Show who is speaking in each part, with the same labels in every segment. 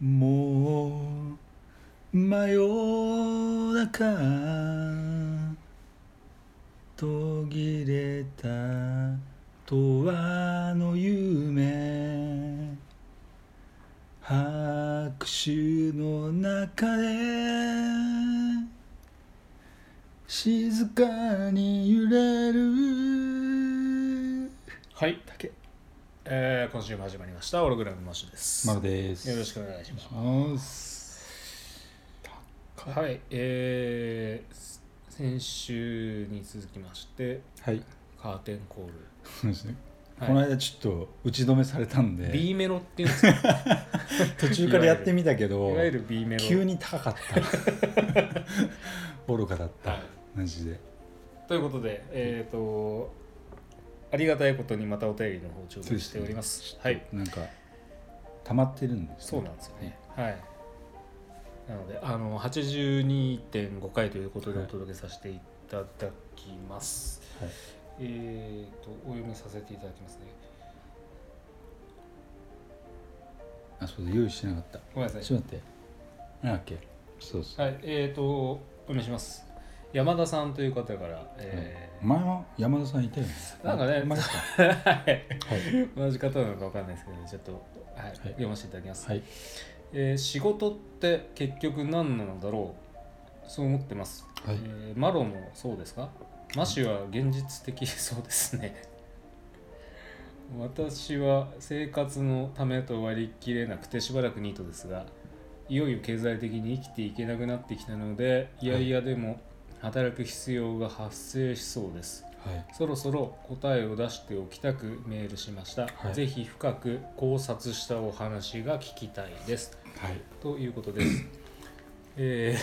Speaker 1: もう真夜中途切れた永遠の夢拍手の中で静かに揺れる
Speaker 2: はい、
Speaker 1: 竹
Speaker 2: えー、今週も始まりましたオログラムマッシュです、
Speaker 1: 丸です
Speaker 2: よろしくお願いしま
Speaker 1: く
Speaker 2: すはいえー、先週に続きまして
Speaker 1: はい
Speaker 2: カーテンコール、
Speaker 1: そうですね
Speaker 2: はい
Speaker 1: この間ちょっと打ち止めされたんで、
Speaker 2: B メロっていうんですかい
Speaker 1: 途中からやってみたけど
Speaker 2: わゆる B メロ
Speaker 1: 急に高かった 愚かだった、
Speaker 2: はい
Speaker 1: マジで
Speaker 2: ということでえっ、ー、とありがたいことにまたお便りの方を頂戴しておりますはい
Speaker 1: なんか溜まってるんです
Speaker 2: そうなんですよねはいなのであの82.5回ということでお届けさせていただきます、
Speaker 1: はい
Speaker 2: えっ、とお読みさせていただきますね
Speaker 1: あそうだ用意してなかった
Speaker 2: ごめんなさい
Speaker 1: ちょっと待ってなんだっけそうそう、
Speaker 2: はい、えーと、お願いします。山田さんという方から、え
Speaker 1: お前は山田さんいたよね
Speaker 2: なんかね
Speaker 1: お前か
Speaker 2: ーはい
Speaker 1: はい、
Speaker 2: 同じ方なのかわかんないですけど、ちょっと、はい読ませていただき ます、
Speaker 1: はい、
Speaker 2: えー仕事って結局何なのだろうそう思ってます、
Speaker 1: はい
Speaker 2: えーマロもそうですかマシは現実的そうですね。 私は生活のためと割り切れなくてしばらくニートですがいよいよ経済的に生きていけなくなってきたのでいやいやでも働く必要が発生しそうです
Speaker 1: はい、
Speaker 2: そろそろ答えを出しておきたくメールしました、
Speaker 1: はい
Speaker 2: ぜひ深く考察したお話が聞きたいです
Speaker 1: はい、
Speaker 2: というこ とですえ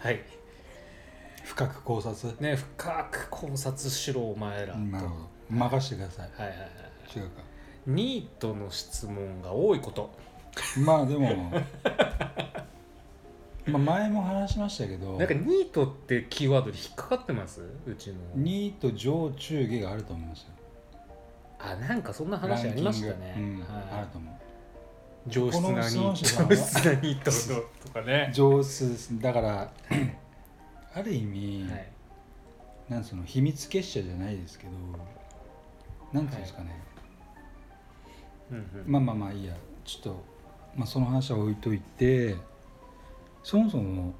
Speaker 2: ー、はい
Speaker 1: 深く考察
Speaker 2: ね深く考察しろお前らと、
Speaker 1: なるほど任してください
Speaker 2: はいはいはい
Speaker 1: 違うか
Speaker 2: ニートの質問が多いこと
Speaker 1: まあでも まあ前も話しましたけど
Speaker 2: なんかニートってキーワードで引っかかってますうちの
Speaker 1: 2と上中下があると思うんですよ
Speaker 2: あなんかそんな話ありました
Speaker 1: ラ
Speaker 2: ね
Speaker 1: ン、キングうんある
Speaker 2: は
Speaker 1: と思う
Speaker 2: い、上質なニー
Speaker 1: この質問者さん
Speaker 2: ト
Speaker 1: は
Speaker 2: 上質なニートのとか ね、
Speaker 1: 上手ですだからある意味、
Speaker 2: はい、
Speaker 1: なんその秘密結社じゃないですけどなんていうんですかね、
Speaker 2: うんうん
Speaker 1: まあまあまあいいやちょっと、まあ、その話は置いといてそもそも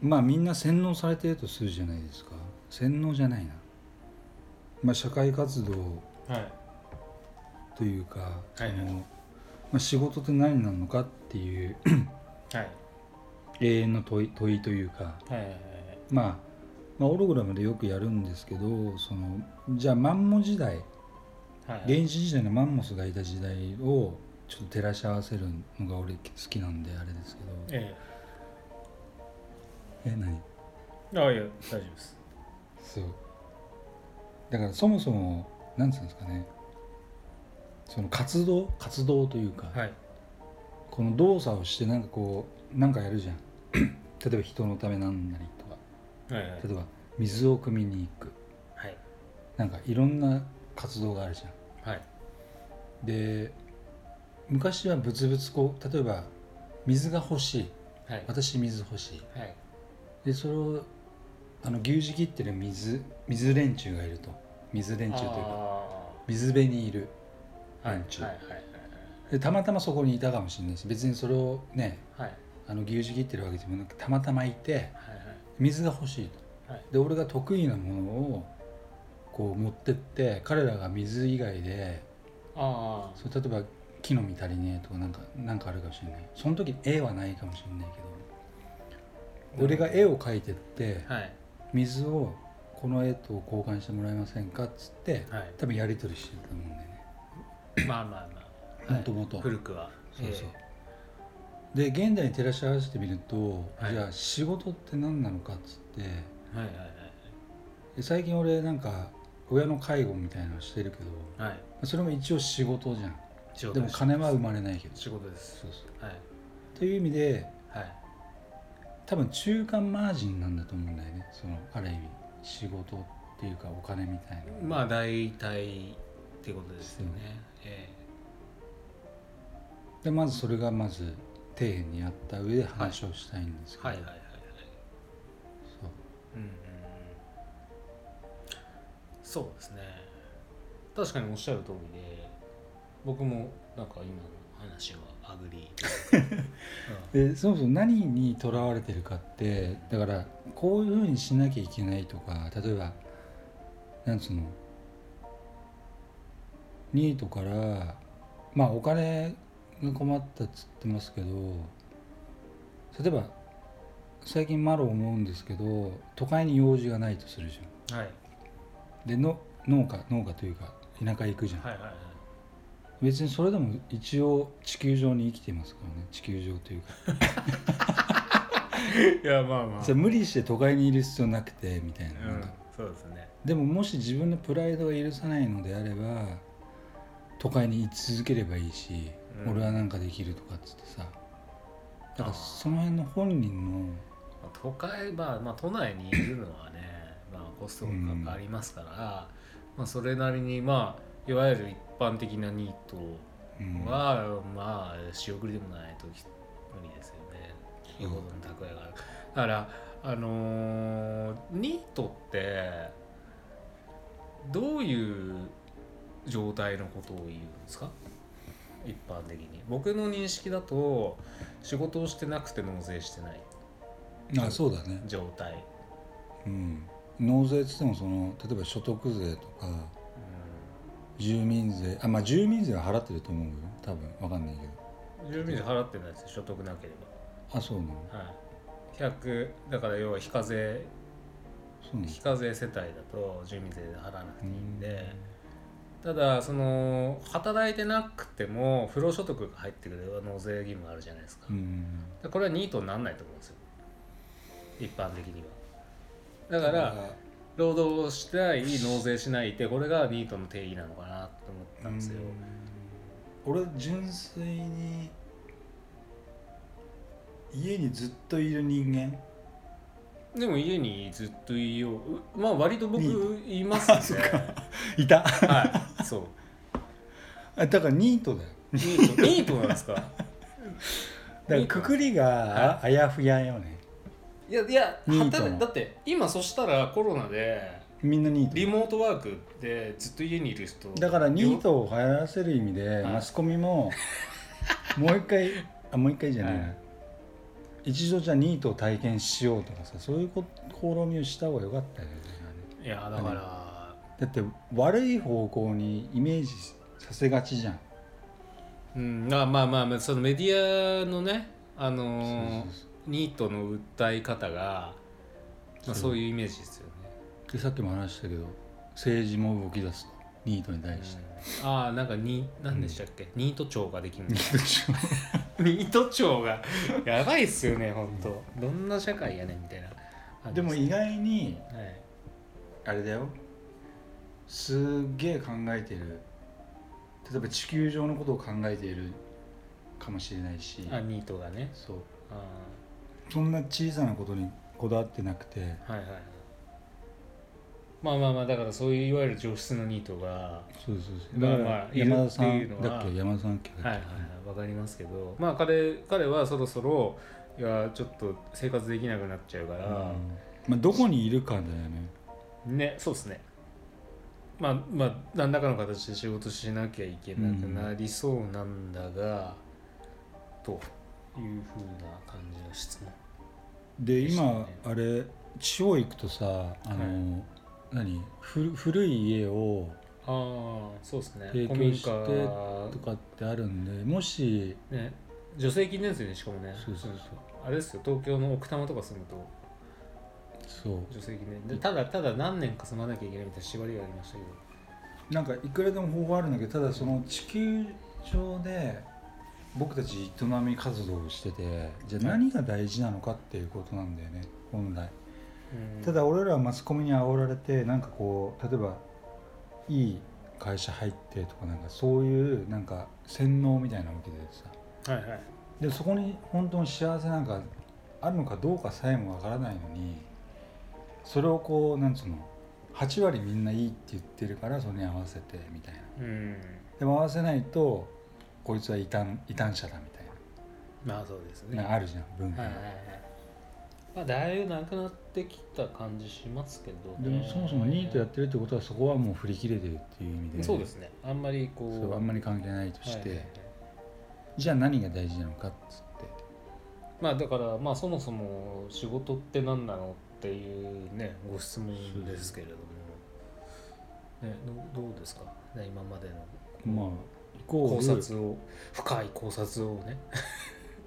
Speaker 1: まあみんな洗脳されてるとするじゃないですか洗脳じゃないな、まあ、社会活動
Speaker 2: はい
Speaker 1: というか、
Speaker 2: いはい
Speaker 1: そのまあ、仕事って何なのかっていう
Speaker 2: はい
Speaker 1: 永遠の問い問いというか
Speaker 2: はいはいはい
Speaker 1: まあ、まあ、オログラムでよくやるんですけどそのじゃあマンモ時代
Speaker 2: はいは
Speaker 1: 原
Speaker 2: い
Speaker 1: 始時代のマンモスがいた時代をちょっと照らし合わせるのが俺好きなんであれですけど
Speaker 2: え
Speaker 1: え何
Speaker 2: えあいや大丈夫です
Speaker 1: そうだからそもそも何て言うんですかねその活動活動というか、
Speaker 2: はい
Speaker 1: この動作をしてなんかこうなんかやるじゃん 例えば人のためなんなりとか
Speaker 2: はいはい
Speaker 1: 例えば水を汲みに行く
Speaker 2: はい
Speaker 1: なんかいろんな活動があるじゃん
Speaker 2: はい
Speaker 1: で昔は物々こう例えば水が欲しい
Speaker 2: はい
Speaker 1: 私水欲しい
Speaker 2: はい
Speaker 1: でそれをあの牛耳切ってる水水連中がいると水連中というか
Speaker 2: あ
Speaker 1: 水辺にいる
Speaker 2: ーはい
Speaker 1: 連中
Speaker 2: はいはい
Speaker 1: でたまたまそこにいたかもしれないし別にそれをね
Speaker 2: はいはい
Speaker 1: あの牛耳切ってるわけでもなくたまたまいて水が欲しいと、
Speaker 2: はい
Speaker 1: で俺が得意なものをこう持ってって彼らが水以外で
Speaker 2: あ
Speaker 1: そう例えば木の実足りねえとかなんかなんかあるかもしれないその時絵はないかもしれないけど俺が絵を描いてって
Speaker 2: あはい
Speaker 1: 水をこの絵と交換してもらえませんかっつって
Speaker 2: は
Speaker 1: 多分やり取りしてたと思うんだよね
Speaker 2: いまあまあまあ
Speaker 1: もともと
Speaker 2: はい古くは
Speaker 1: そうそう、で現代に照らし合わせてみると、
Speaker 2: はい
Speaker 1: じゃあ仕事って何なのかっつって
Speaker 2: ええはいは
Speaker 1: で最近俺なんか親の介護みたいなのしてるけど
Speaker 2: いはいはい
Speaker 1: それも一応仕事じゃん
Speaker 2: 仕事
Speaker 1: でも
Speaker 2: す
Speaker 1: 金は生まれないけど
Speaker 2: 仕事です
Speaker 1: そうそ
Speaker 2: はいう
Speaker 1: という意味で
Speaker 2: はい
Speaker 1: 多分中間マージンなんだと思うんだよねそのある意味仕事っていうかお金みたいな
Speaker 2: まあ大体ってことですよね。え
Speaker 1: でまずそれがまず底辺にあった上で話をしたいんですけど、
Speaker 2: はいはいはいはい
Speaker 1: そう
Speaker 2: うんうんそうですね確かにおっしゃる通りで僕もなんか今の話はアグ リー、
Speaker 1: でそもそも何にとらわれてるかってだからこういうふうにしなきゃいけないとか例えばなんつうのニートからまあお金が困ったっつってますけど例えば最近マロ思うんですけど都会に用事がないとするじゃ
Speaker 2: うんはい
Speaker 1: ん。での農家農家というか田舎行くじゃん、
Speaker 2: はいはいはい
Speaker 1: 別にそれでも一応地球上に生きてますからね地球上というか
Speaker 2: いやまあまあ
Speaker 1: それ無理して都会にいる必要なくてみたいな,、
Speaker 2: うん、そうですね
Speaker 1: でももし自分のプライドが許さないのであれば都会に居続ければいいし、
Speaker 2: うん
Speaker 1: 俺はなんかできるとかっつってさだか
Speaker 2: あー
Speaker 1: らその辺の本人の
Speaker 2: まあ都会まあ、まあ、都内にいるのはね まあコストがかかりますから、まあ、それなりにまあいわゆる一般的なニート
Speaker 1: うん
Speaker 2: は、まあ仕送りでもないとき無理ですよね。
Speaker 1: うん
Speaker 2: よほどの蓄えがある。だからあのーニートってどういう状態のことを言うんですか一般的に僕の認識だと仕事をしてなくて納税してない
Speaker 1: あそうだね、
Speaker 2: 状態
Speaker 1: うん、納税っつってもその例えば所得税とか住民税あまあ住民税は払ってると思うよ多分わかんないけど
Speaker 2: うん住民税払ってないですよ所得なけれ
Speaker 1: あそうなの
Speaker 2: ばはい100だから要は非課税
Speaker 1: そうなの
Speaker 2: 非課税世帯だと住民税で払わなくていいんで、
Speaker 1: うん
Speaker 2: ただその働いてなくても不労所得が入ってくる納税義務があるじゃないですか,、
Speaker 1: うん
Speaker 2: これはニートにならないと思うんですよ一般的にはだから労働したい納税しないってこれがニートの定義なのかなと思ったんですよ、
Speaker 1: うん俺純粋に家にずっといる人間
Speaker 2: でも家にずっといようまあ割と僕
Speaker 1: ニー
Speaker 2: いますね
Speaker 1: いた
Speaker 2: はいそ
Speaker 1: だ
Speaker 2: う
Speaker 1: からニートだよ
Speaker 2: ニートニートなんですか
Speaker 1: だから
Speaker 2: ニー
Speaker 1: く
Speaker 2: ト
Speaker 1: くりがあやふやよね
Speaker 2: いやいや
Speaker 1: ニートの
Speaker 2: 働いだって今そしたらコロナで
Speaker 1: みんなニート
Speaker 2: リモートワークでずっと家にいる人
Speaker 1: だからニートを流行らせる意味で
Speaker 2: い
Speaker 1: マスコミももう一回あもう一回じゃないな、
Speaker 2: はい
Speaker 1: 一度じゃあニートを体験しようとかさそういうこ試みをした方が良かったよね
Speaker 2: いやだから
Speaker 1: だって悪い方向にイメージさせがちじゃん
Speaker 2: うんまあまあまあまあそのメディアのねあのー
Speaker 1: そうそうそう
Speaker 2: ニートの訴え方が、ま
Speaker 1: そ
Speaker 2: あ、
Speaker 1: う
Speaker 2: そういうイメージですよね、
Speaker 1: でさっきも話したけど政治も動き出すとニートに対して、
Speaker 2: うんああなんかに何でしたっけ、ニート庁ができるん
Speaker 1: ニ
Speaker 2: だ
Speaker 1: ートしよ
Speaker 2: ニート庁がやばいっすよね本当どんな社会やねんみたいな
Speaker 1: うでも
Speaker 2: はい
Speaker 1: 意外にあれだよすっげえ考えてる例えば地球上のことを考えているかもしれないし
Speaker 2: あニートがね
Speaker 1: そう
Speaker 2: あ
Speaker 1: そんな小さなことにこだわってなくて
Speaker 2: ーはいはいはいまあまあまあだからそういういわゆる上質のニートが
Speaker 1: そうそう
Speaker 2: そう
Speaker 1: だか
Speaker 2: まあま
Speaker 1: ら
Speaker 2: あいる
Speaker 1: 山田さ
Speaker 2: っていうの
Speaker 1: ん
Speaker 2: は
Speaker 1: だっけ山田さんだっけ
Speaker 2: はいはいはいわかりますけどまあ彼彼はそろそろいやちょっと生活できなくなっちゃうか
Speaker 1: うん
Speaker 2: ら、
Speaker 1: まあ、どこにいるかだよね
Speaker 2: ねそうですねまあまあ何らかの形で仕事しなきゃいけなくなりそうなんだが、というふうな感じの質問
Speaker 1: で
Speaker 2: ですよ
Speaker 1: 今
Speaker 2: ね
Speaker 1: あれ地方行くとさあの、何ふ古い家を
Speaker 2: ああそうですね
Speaker 1: 提供
Speaker 2: 古民家
Speaker 1: とかってあるんでもし
Speaker 2: ね助成金ですよねしかもね
Speaker 1: そうそう
Speaker 2: あれですよ東京の奥多摩とか住むと
Speaker 1: そうそ
Speaker 2: 助成金ででただただ何年か住まなきゃいけないみたいな縛りがありましたけど
Speaker 1: うなんかいくらでも方法あるんだけどただその地球上で僕たち営み活動をしててじゃあ何が大事なのかっていうことなんだよね本来
Speaker 2: うん
Speaker 1: ただ俺らはマスコミに煽られてなんかこう例えばいい会社入ってとかなんかそういうなんか洗脳みたいなわけでさ
Speaker 2: はいはい
Speaker 1: でそこに本当に幸せなんかあるのかどうかさえもわからないのにそれをこうなんつうの8割みんないいって言ってるからそれに合わせてみたいな
Speaker 2: うん
Speaker 1: でも合わせないとこいつは異端異端者だみたいな
Speaker 2: まあそうですね。
Speaker 1: なあるじゃん文化
Speaker 2: は
Speaker 1: が、
Speaker 2: いはいはい。まあだいぶなくなってきた感じしますけど、
Speaker 1: でもそもそもニートやってるってことはそこはもう振り切れてるっていう意味で
Speaker 2: そうですね。あんまりこう。
Speaker 1: そうあんまり関係ないとして、
Speaker 2: はいはいはい
Speaker 1: じゃあ何が大事なのかっつって
Speaker 2: まあだからまあそもそも仕事って何なのっていうねご質問ですけれども、ねどどうですかね今までの
Speaker 1: まあイコ
Speaker 2: 考
Speaker 1: ール
Speaker 2: 察を深い考察をね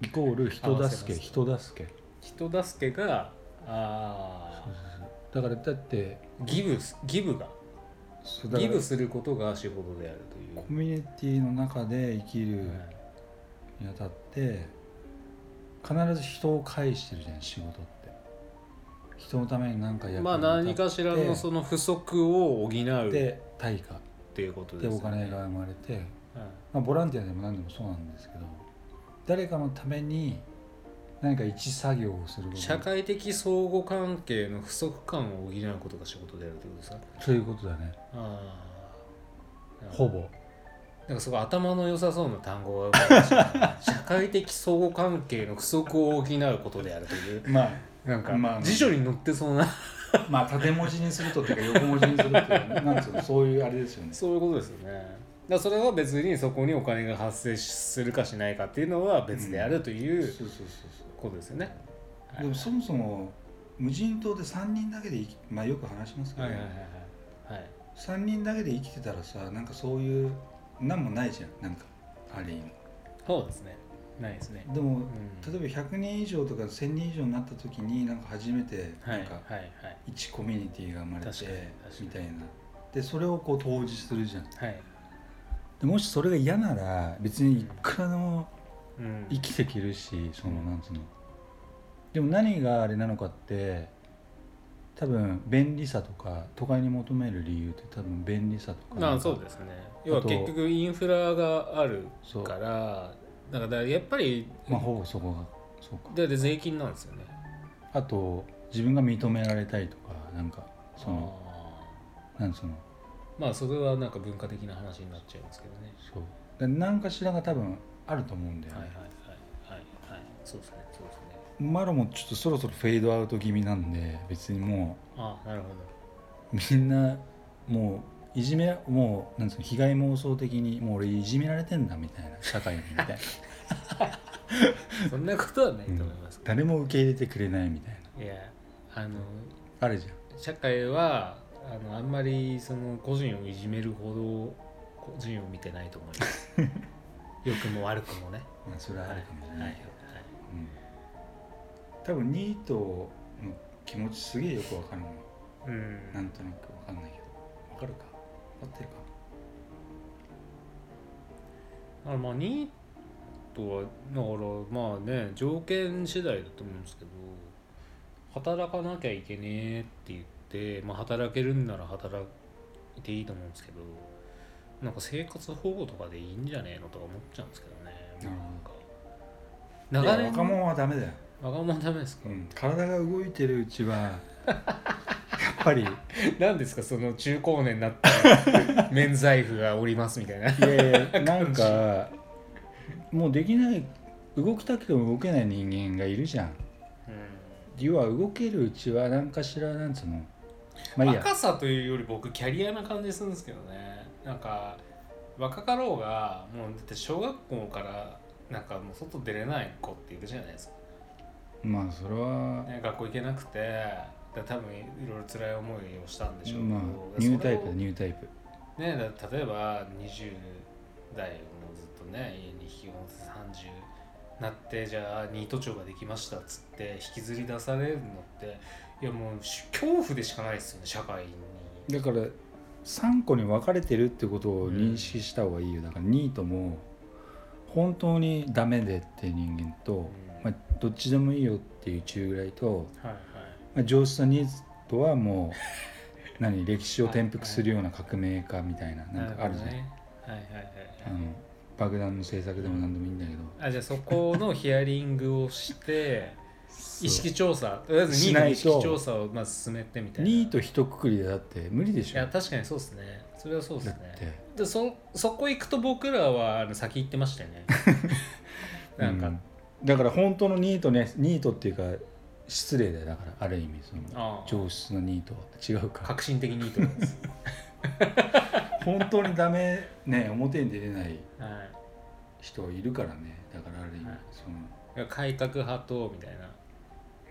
Speaker 1: イコール
Speaker 2: 合わ
Speaker 1: 人
Speaker 2: せ
Speaker 1: 助け
Speaker 2: ます
Speaker 1: 人助け
Speaker 2: 人助けがあ
Speaker 1: そう
Speaker 2: ー
Speaker 1: そうそうだからだって
Speaker 2: ギブすギブが
Speaker 1: そうだか
Speaker 2: ギ
Speaker 1: ら
Speaker 2: ブすることが仕事であるという
Speaker 1: コ。ミュニティの中で生きる
Speaker 2: はい
Speaker 1: にあたって必ず人を介してるじゃん仕事って人のために何かやる
Speaker 2: まあ何かしらのその不足を補うっ
Speaker 1: で対価
Speaker 2: ていうことです
Speaker 1: で
Speaker 2: よね
Speaker 1: お金が生まれて、
Speaker 2: はい
Speaker 1: まあ、ボランティアでも何でもそうなんですけど誰かのために何か一作業をすること
Speaker 2: 社会的相互関係の不足感を補うことが仕事であるということですか
Speaker 1: そういうことだね
Speaker 2: ああ
Speaker 1: ほぼ
Speaker 2: なんかすごい頭の良さそうな単語が浮かんでしまう社会的相互関係の不足を補うことであるという
Speaker 1: まあ
Speaker 2: なんか、
Speaker 1: まあ
Speaker 2: 辞書に載ってそうな
Speaker 1: まあ縦文字にするとっていうか横文字にするっていうかねなんつうのそういうあれですよね
Speaker 2: そういうことですよねだからそれは別にそこにお金が発生するかしないかっていうのは別であるとい
Speaker 1: そう
Speaker 2: う
Speaker 1: そうそうそう
Speaker 2: ことですよね、
Speaker 1: でもそもそも無人島で3人だけで生き、まあ、よく話しますけど、
Speaker 2: はいはいはいはいはい
Speaker 1: 3人だけで生きてたらさなんかそういうなんもないじゃんなんかあれ
Speaker 2: そうですねないですね
Speaker 1: でも
Speaker 2: う、ん
Speaker 1: 例えば100人以上とか1000人以上になった時になんか初めて
Speaker 2: は
Speaker 1: ないん
Speaker 2: はい
Speaker 1: か
Speaker 2: はい
Speaker 1: 1コミュニティが生まれて
Speaker 2: 確かに確かに
Speaker 1: みたいなでそれをこう投じするじゃん
Speaker 2: はい、
Speaker 1: でもしそれが嫌なら別にいくらでも
Speaker 2: うん
Speaker 1: 生きてけるしそのなんつうのでも何があれなのかって多分便利さとか都会に求める理由って多分便利さとか
Speaker 2: ま
Speaker 1: なん
Speaker 2: あ
Speaker 1: か
Speaker 2: そうですね
Speaker 1: あ
Speaker 2: 要は
Speaker 1: と
Speaker 2: 結局インフラがある
Speaker 1: そう
Speaker 2: からだからやっぱり、
Speaker 1: まあほぼそこがそうか
Speaker 2: でで税金なんですよね
Speaker 1: あと自分が認められたいとかなんかその
Speaker 2: あ
Speaker 1: なんその
Speaker 2: ーまあそれはなんか文化的な話になっちゃいますけどね
Speaker 1: そうだ何かしらが多分あると思うんだよ
Speaker 2: はい
Speaker 1: ね、
Speaker 2: はいはいはいはいそうですねそうですね
Speaker 1: マロもちょっとそろそろフェードアウト気味なんで別にも
Speaker 2: あなるほど
Speaker 1: うみんなもういじめもうなんつうの被害妄想的にもう俺いじめられてんだみたいな社会にみたいな
Speaker 2: そんなことはないと思いますけ
Speaker 1: 誰も受け入れてくれないみたいな
Speaker 2: ど、いやあの
Speaker 1: あるじゃん
Speaker 2: 社会はあのあんまりその個人をいじめるほど個人を見てないと思います 良くも悪くもね
Speaker 1: まあそれはあるかもしれ
Speaker 2: は
Speaker 1: ないいけど、うん多分ニートの気持ちすげえよくわかるの
Speaker 2: はい、う
Speaker 1: なん
Speaker 2: ん
Speaker 1: となくわかんないけどわかるかわかってるか
Speaker 2: あまあニートはだからまあね条件次第だと思うんですけど働かなきゃいけねえって言って、まあ、働けるんなら働いていいと思うんですけどなんか生活保護とかでいいんじゃねえのとか思っちゃうんですけどね
Speaker 1: なる
Speaker 2: なんか長
Speaker 1: いや
Speaker 2: 年
Speaker 1: 若者はダメだよ、
Speaker 2: 若者はダメですか
Speaker 1: うん、体が動いてるうち はやっぱり
Speaker 2: 何ですかその中高年に なった免罪符がおりますみたいな
Speaker 1: いやいやなんか もうできない動きたくても動けない人間がいるじゃん要は動けるうちは何かしらなんつうのまあいいや
Speaker 2: 若さというより僕キャリアな感じするんですけどねなんか若かろうがもうだって小学校からなんかもう外出れない子っているじゃないですか、
Speaker 1: まあそれは
Speaker 2: ね、学校行けなくてだ多分いろいろ辛い思いをしたんでしょうけど、
Speaker 1: まあ
Speaker 2: それ
Speaker 1: ニュ
Speaker 2: を
Speaker 1: ータイプだニュータイプ
Speaker 2: ねだ例えば20代もずっとね家に引きこもって30なってじゃあニート長ができましたっつって引きずり出されるのっていやもうし恐怖でしかないですよね社会に。
Speaker 1: だから3個に分かれてるってことを認識した方がいいよだからニートも本当にダメでっていう人間と、まあ、どっちでもいいよっていう中ぐらいと、
Speaker 2: はいはい
Speaker 1: まあ、上質なニートはも う何歴史を転覆するような革命家みたいななんかあるじゃん、
Speaker 2: ね。はいはいはい
Speaker 1: あ
Speaker 2: はい。
Speaker 1: の爆弾の政策でも何でもいいんだけど
Speaker 2: あじゃあそこのヒアリングをして
Speaker 1: そう
Speaker 2: 意識調査とりあえずニ
Speaker 1: し
Speaker 2: ート
Speaker 1: な
Speaker 2: の
Speaker 1: い
Speaker 2: 意
Speaker 1: と
Speaker 2: 識調査をまず進めてみたいな。
Speaker 1: ニート一括りでだって無理でし
Speaker 2: い
Speaker 1: ょ
Speaker 2: や確かにそうですね。それはそうです
Speaker 1: だ
Speaker 2: ね
Speaker 1: っ。て
Speaker 2: で そそこ行くと僕らはあの先行ってましたよねなんか、
Speaker 1: うんだから本当のニートねニートっていうか失礼だよだからある意味その
Speaker 2: ああ
Speaker 1: 上質なニートは違うか
Speaker 2: 革新的にいいと思います、
Speaker 1: 本当にダメね表に出れない
Speaker 2: はい
Speaker 1: 人いるからねだからある意味、
Speaker 2: はい
Speaker 1: そ、
Speaker 2: いや改革派とみたいな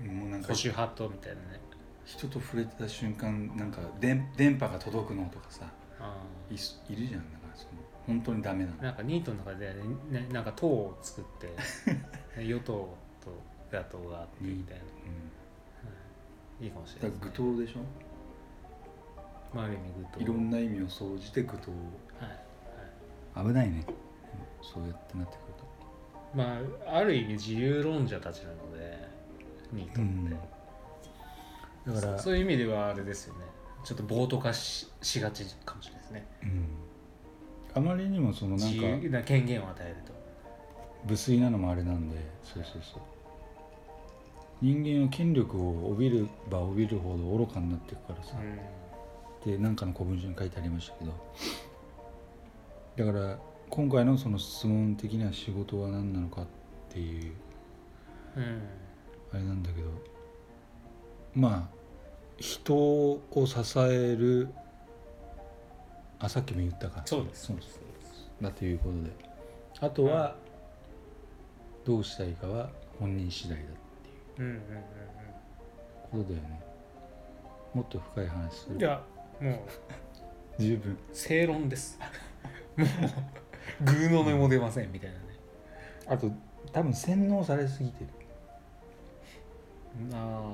Speaker 1: のもうなん
Speaker 2: 保
Speaker 1: か
Speaker 2: 守派とみたいなね
Speaker 1: 人と触れた瞬間なんか電電波が届くのとかさ
Speaker 2: あ
Speaker 1: いすいるじゃんだからその本当にダメなの
Speaker 2: あなんかニートの中で、ね、なんか党を作って 与党と野党があってみたいな、
Speaker 1: う
Speaker 2: いいかもしれ
Speaker 1: ん、だか
Speaker 2: な
Speaker 1: ら
Speaker 2: いですね、
Speaker 1: 愚党でしょ
Speaker 2: まあ、ある意味
Speaker 1: い
Speaker 2: 具
Speaker 1: ろ
Speaker 2: と
Speaker 1: んな意味を総じて愚党
Speaker 2: はいはい、
Speaker 1: 危ないねそうやってなってくると
Speaker 2: まあある意味自由論者たちなのでニートって、
Speaker 1: うんだから
Speaker 2: そそういう意味ではあれですよねちょっと暴徒化ししがちかもしれないですね
Speaker 1: うんあまりにもそのなん
Speaker 2: 自
Speaker 1: か
Speaker 2: 由な権限を与えると
Speaker 1: 無粋なのもあれなんでそうそうそう人間は権力を帯びれば帯びるほど愚かになっていくからさ、
Speaker 2: うん
Speaker 1: でなんかの古文書に書いてありましたけどだから今回のその質問的な仕事は何なのかっていう
Speaker 2: うん
Speaker 1: あれなんだけどまあ人を支えるあさっきも言ったか
Speaker 2: そうです
Speaker 1: そうですだということであとはどうしたいかは本人次第だって
Speaker 2: うんうんうん
Speaker 1: ことだよねもっと深い話す
Speaker 2: うん
Speaker 1: る
Speaker 2: いやもう
Speaker 1: 十分
Speaker 2: 正論です もう偶の音も出ませんみたいなね
Speaker 1: あと多分洗脳されすぎてる
Speaker 2: あ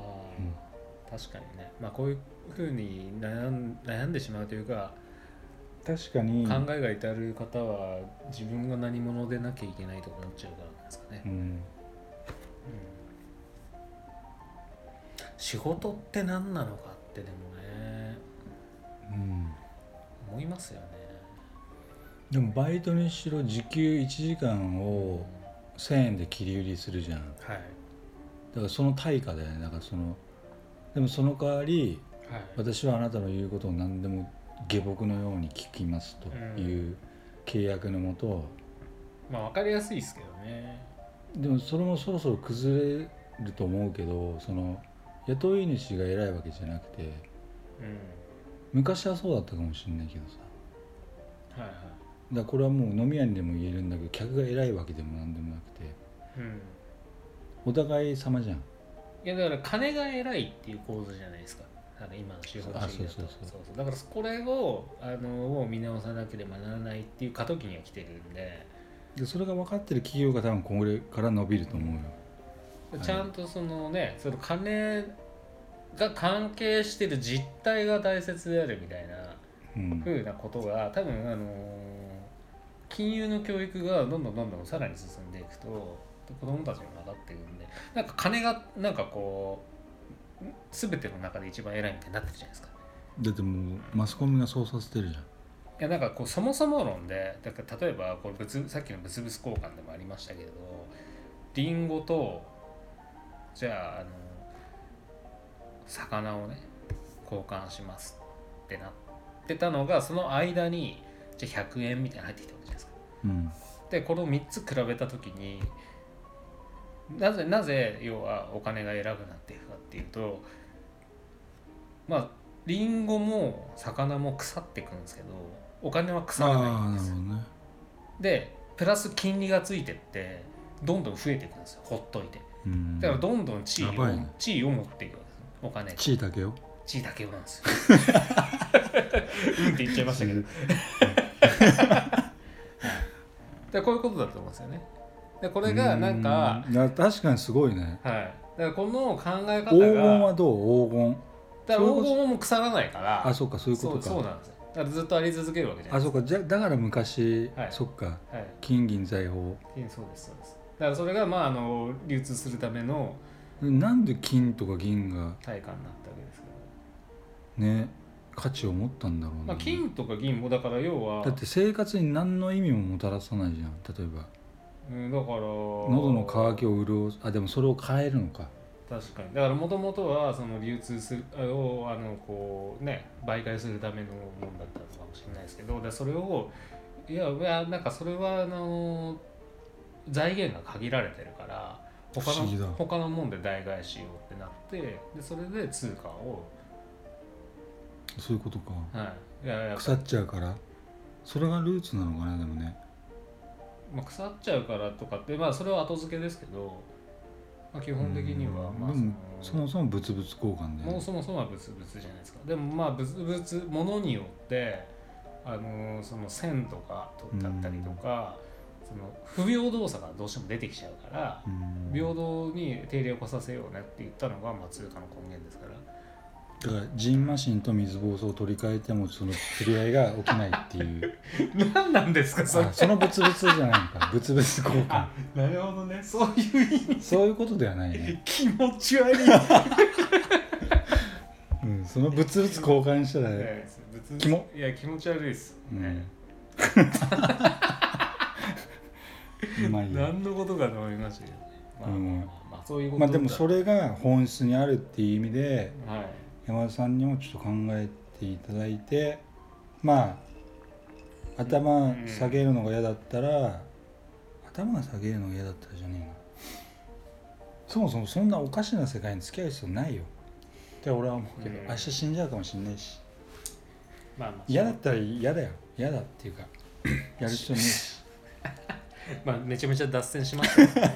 Speaker 2: あ、確かにねまあこういうふうに悩ん悩んでしまうというか
Speaker 1: 確かに
Speaker 2: 考えが至る方は自分が何者でなきゃいけないとか思っちゃうからなんですかね、
Speaker 1: うん
Speaker 2: 仕事って何なのかってでもね
Speaker 1: うん
Speaker 2: 思いますよね
Speaker 1: でもバイトにしろ時給1時間
Speaker 2: うん
Speaker 1: を1000円で切り売りするじゃん
Speaker 2: はい
Speaker 1: だからその対価だよねだからそのでもその代わり
Speaker 2: はい
Speaker 1: 私はあなたの言うことを何でも下僕のように聞きますという契約のもと
Speaker 2: まあ分かりやすいですけどね
Speaker 1: でもそれもそろそろ崩れると思うけどその雇い主が偉いわけじゃなくて
Speaker 2: うん
Speaker 1: 昔はそうだったかもしれないけどさ
Speaker 2: はいは
Speaker 1: だからこれはもう飲み屋にでも言えるんだけど客が偉いわけでも何でもなくて
Speaker 2: いうん
Speaker 1: お互い様じゃん
Speaker 2: いやだから金が偉いっていう構図じゃないですかなんか今の資本主義だと
Speaker 1: あそうそうそう
Speaker 2: だからこれをあのもう見直さなければならないっていう過渡期には来てるんで
Speaker 1: でそれが分かってる企業が多分これから伸びると思うよはい
Speaker 2: ちゃんとそのねその金が関係してる実態が大切であるみたいな
Speaker 1: うん
Speaker 2: ふうなことが多分あの金融の教育がどんどんどんどんさらに進んでいくと子供たちにも分かっていくんでなんか金がなんかこう全ての中で一番偉いみたいになってるじゃないですか。
Speaker 1: だってもうマスコミがそうさせてるじゃん
Speaker 2: いやなんかこうそもそも論でだから例えばこれ物さっきの物々交換でもありましたけれどリンゴとじゃああの魚をね交換しますってなってたのがその間にじゃあ100円みたいなの入ってきたわけじゃないですか。
Speaker 1: うん
Speaker 2: でこれを3つ比べた時になぜなぜ要はお金が偉くなっていくかっていうとまあリンゴも魚も腐っていくんですけどお金は腐らない
Speaker 1: ああ
Speaker 2: ん
Speaker 1: な
Speaker 2: で
Speaker 1: る
Speaker 2: す
Speaker 1: ほ
Speaker 2: よ
Speaker 1: どね
Speaker 2: でプラス金利がついてってどんどん増えていくんですよほっといて
Speaker 1: うん
Speaker 2: だからどんどん地位
Speaker 1: や
Speaker 2: を、
Speaker 1: ばいね
Speaker 2: 地位を持っていくわけですお金が
Speaker 1: 地位だけよ
Speaker 2: 地位だけをなんですよ うんって言っちゃいましたけどでこういうことだと思うんですよねでこ
Speaker 1: こ
Speaker 2: れがなんか
Speaker 1: 確かにすごいね
Speaker 2: はい、だからこの考
Speaker 1: 黄
Speaker 2: え方
Speaker 1: 金
Speaker 2: が
Speaker 1: はどう黄金
Speaker 2: だから
Speaker 1: そういうこ
Speaker 2: 黄
Speaker 1: と
Speaker 2: 金も腐らないから
Speaker 1: あそうかそういうことか
Speaker 2: そうそうなんですよだからずっとあり続けるわけじゃ
Speaker 1: あ
Speaker 2: ないで
Speaker 1: そうかじゃだから昔、
Speaker 2: はい
Speaker 1: そっか
Speaker 2: すかはい
Speaker 1: 金銀財宝
Speaker 2: うんそうですそうですだからそれがまああの流通するための
Speaker 1: なんで金とか銀が
Speaker 2: 対価になったわけですけど、
Speaker 1: ね価値を持ったんだろうね、
Speaker 2: まあ、金とか銀もだから要は
Speaker 1: だって生活に何の意味ももたらさないじゃん例えば
Speaker 2: うん、だから喉
Speaker 1: 喉の渇きを潤すあでもそれを変えるのか
Speaker 2: 確かにだからもともとはその流通するあをあのこうね媒介するためのものだったのかもしれないですけどでそれをいやいやなんかそれはあの財源が限られてるから他
Speaker 1: 不思議だ
Speaker 2: の他のもんで代替えしようってなってでそれで通貨を、
Speaker 1: そういうことか
Speaker 2: はい、いやいや
Speaker 1: 腐っちゃうからそれがルーツなのかなでもね
Speaker 2: まあ、腐っちゃうからとかって、まあ、それは後付けですけど、まあ、基本的には、
Speaker 1: うん
Speaker 2: まあ、
Speaker 1: でもそもそも物々交換で、
Speaker 2: もうそもそもは物々じゃないですかでもまあ物々ものによってあのーその線とか取ってあったりとか、その不平等さがどうしても出てきちゃうから、
Speaker 1: うん
Speaker 2: 平等に定例を化させようねって言ったのが、まあ、通貨の根源ですから
Speaker 1: だからジンマシンと水疱瘡を取り替えてもその釣り合いが起きないっていう
Speaker 2: 何なんですかそれ
Speaker 1: あその物々じゃないのか物々交 換
Speaker 2: なるほどねそういう意味
Speaker 1: そういうことではないね、
Speaker 2: 気持ち悪い
Speaker 1: うん、その物々交換したら、
Speaker 2: ね物
Speaker 1: キモ
Speaker 2: いや気持ち悪いです
Speaker 1: うん
Speaker 2: ね、
Speaker 1: うまいよ
Speaker 2: 何のことかと思いましたけどねまあ、
Speaker 1: うん
Speaker 2: まあまあそういうこと
Speaker 1: まあでも
Speaker 2: だ
Speaker 1: それが本質にあるっていう意味で
Speaker 2: はい
Speaker 1: 山田さんにもちょっと考えていただいてまあ頭下げるのが嫌だったら、頭が下げるのが嫌だったらじゃねえなそもそもそんなおかしな世界に付き合う必要ないよって俺は思うけど、
Speaker 2: うん
Speaker 1: 明日死んじゃうかもしんないし
Speaker 2: まあまあ
Speaker 1: 嫌だったら嫌だよ嫌だっていうかやる人に
Speaker 2: まあ、めちゃめちゃ脱線しま した、ね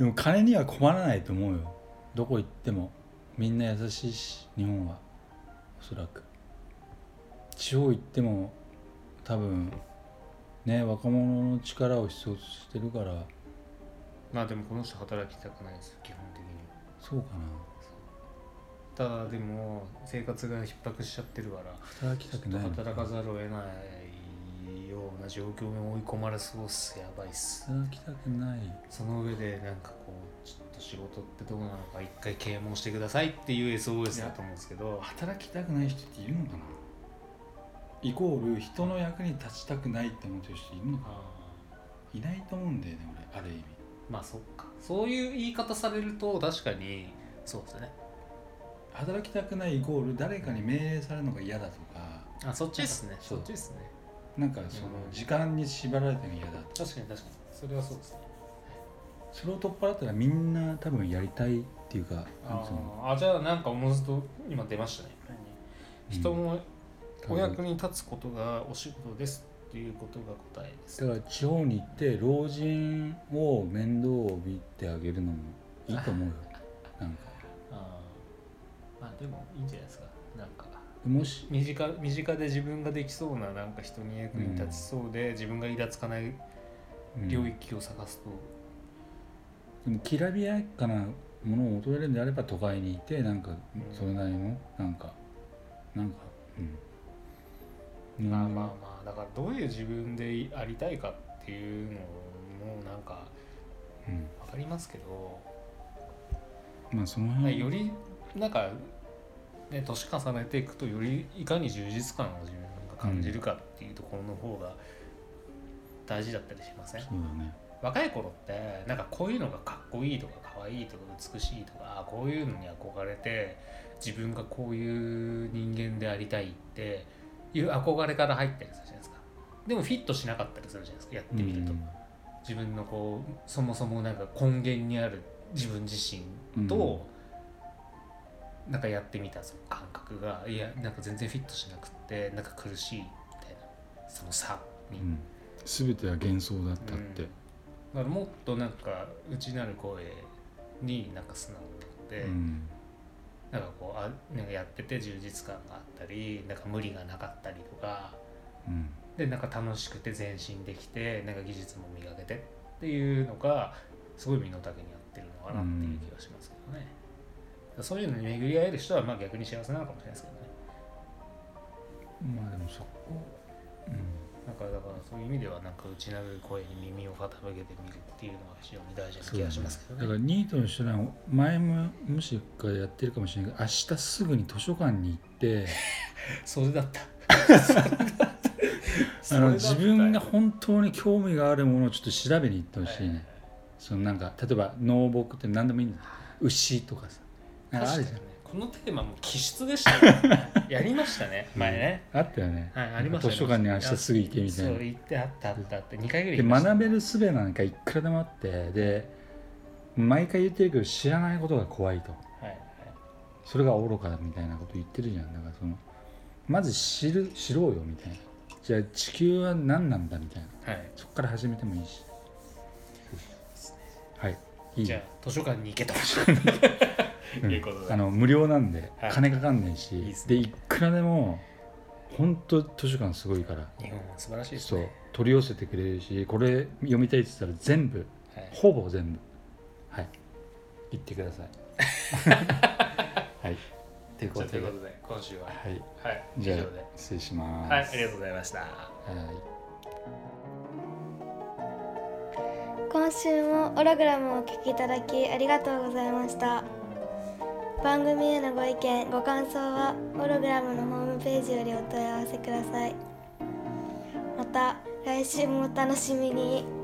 Speaker 1: でも金には困らないと思うよどこ行ってもみんな優しいし日本はおそらく地方行っても多分ね若者の力を必要としてるから
Speaker 2: まあでもこの人働きたくないです基本的に
Speaker 1: そうかな
Speaker 2: ただでも生活が逼迫しちゃってるから
Speaker 1: 働きたく
Speaker 2: ちょ
Speaker 1: な
Speaker 2: っ
Speaker 1: い
Speaker 2: と
Speaker 1: の
Speaker 2: 働かざるを得ないような状況に追い込まれそうっすやばいっす
Speaker 1: 働きたくない
Speaker 2: その上でなんかこうちょっと仕事ってどうなのか一回啓蒙してくださいっていう SOS だと思うんですけど
Speaker 1: 働きたくない人っているのかなイコール人の役に立ちたくないって思ってる人いるの
Speaker 2: あー
Speaker 1: いないと思うんだよね俺ある意味
Speaker 2: まあそっかそういう言い方されると確かにそうですね
Speaker 1: 働きたくないイコール誰かに命令されるのが嫌だとか
Speaker 2: あそっちですね
Speaker 1: そ
Speaker 2: そうっちですね
Speaker 1: なんかその
Speaker 2: うん
Speaker 1: 時間に縛られてるの嫌だと
Speaker 2: 確かに確かにそれはそうですね
Speaker 1: それを取っ払ったらみんな多分やりたいっていうかなんつうの
Speaker 2: あーあじゃあなんかおのずと今出ましたね人もお役に立つことがお仕事ですっていうことが答えです
Speaker 1: だから地方に行って老人を面倒を見てあげるのもいいと 思うよなんか
Speaker 2: あーまあでもいいんじゃないですかなんか
Speaker 1: もし
Speaker 2: 身近身近で自分ができそうななんか人に役に立ちそうで、自分がイラつかない
Speaker 1: うん
Speaker 2: 領域を探すと、
Speaker 1: でもきらびやかなものを求めるんであれば都会にいてなんか
Speaker 2: ん
Speaker 1: それなりのなんかなんかうん
Speaker 2: まあまあまあだからどういう自分でありたいかっていうのもなんか
Speaker 1: うん
Speaker 2: 分かりますけど
Speaker 1: まあその
Speaker 2: ね
Speaker 1: 辺
Speaker 2: よりなんか、ね、年重ねていくとよりいかに充実感を自分が感じるかっていうところの方が大事だったりしません、
Speaker 1: そうだね
Speaker 2: 若い頃ってなんかこういうのがかっこいいとか可愛いとか美しいとかあこういうのに憧れて自分がこういう人間でありたいっていう憧れから入ったりするじゃないですかでもフィットしなかったりするじゃないですかやってみると、
Speaker 1: うん
Speaker 2: 自分のこうそもそもなんか根源にある自分自身と、なんかやってみたその感覚がいやなんか全然フィットしなくってなんか苦しいみたいなその差に、
Speaker 1: うん全ては幻想だったっ
Speaker 2: う
Speaker 1: て
Speaker 2: んだからもっとなんか内なる声になんか素直になって、
Speaker 1: うん
Speaker 2: なんかこうあなんかやってて充実感があったりなんか無理がなかったりとか
Speaker 1: うん
Speaker 2: でなんか楽しくて前進できてなんか技術も磨けてっていうのがすごい身の丈に合ってるのかなっていう気がしますけどね、そういうのに巡り合える人はまあ逆に幸せなのかもしれないですけどね
Speaker 1: まあでもそこ、
Speaker 2: なんかだからそういう意味ではなんか内なる声に耳を傾けてみるっていうのは非常に大事な気がしますけど
Speaker 1: だか
Speaker 2: ね
Speaker 1: らニートの人らは前ももしかやってるかもしれないけど明日すぐに図書館に行って
Speaker 2: それ だった そ
Speaker 1: あ
Speaker 2: れだ
Speaker 1: の
Speaker 2: った
Speaker 1: 自分が本当に興味があるものをちょっと調べに行ってほしいね、
Speaker 2: はい
Speaker 1: そのなんか例えば農牧って何でもいいんだ牛とかさなんかあるじ
Speaker 2: 確
Speaker 1: ゃ
Speaker 2: かに
Speaker 1: ん
Speaker 2: ねこのテーマも気質でしたねやりましたね前ね、
Speaker 1: あったよね、
Speaker 2: はいありました
Speaker 1: 図書館に明日すぐ行けみたい
Speaker 2: そう
Speaker 1: な
Speaker 2: 行ってあったあったって2回ぐらい
Speaker 1: で
Speaker 2: 行きました
Speaker 1: 学べる術なんかいくらでもあってで毎回言ってるけど知らないことが怖いと
Speaker 2: はいはい
Speaker 1: それが愚かだみたいなこと言ってるじゃんだからそのまず知る知ろうよみたいなじゃあ地球は何なんだみたいな
Speaker 2: はい
Speaker 1: そこから始めてもいいしはいいい
Speaker 2: じゃあ図書館に行けと
Speaker 1: うん
Speaker 2: いうことで
Speaker 1: あの無料なんで、
Speaker 2: はい
Speaker 1: 金かかんないし
Speaker 2: いいっす
Speaker 1: で
Speaker 2: ね
Speaker 1: いくらでも本当図書館すごいから
Speaker 2: 日本は素晴らしいです
Speaker 1: そう
Speaker 2: ね
Speaker 1: 取り寄せてくれるしこれ読みたいって言ったら全部
Speaker 2: はい
Speaker 1: ほぼ全部はい言ってくださ いはいというこ
Speaker 2: じゃ
Speaker 1: と
Speaker 2: あと
Speaker 1: で
Speaker 2: いうことで今週はは
Speaker 1: はい
Speaker 2: い以
Speaker 1: じゃ
Speaker 2: 上
Speaker 1: あ
Speaker 2: で
Speaker 1: 失礼します
Speaker 2: はいありがとうございました
Speaker 1: はい
Speaker 3: 今週もオログラムをお聞きいただきありがとうございました番組へのご意見ご感想はオログラムのホームページよりお問い合わせくださいまた来週もお楽しみに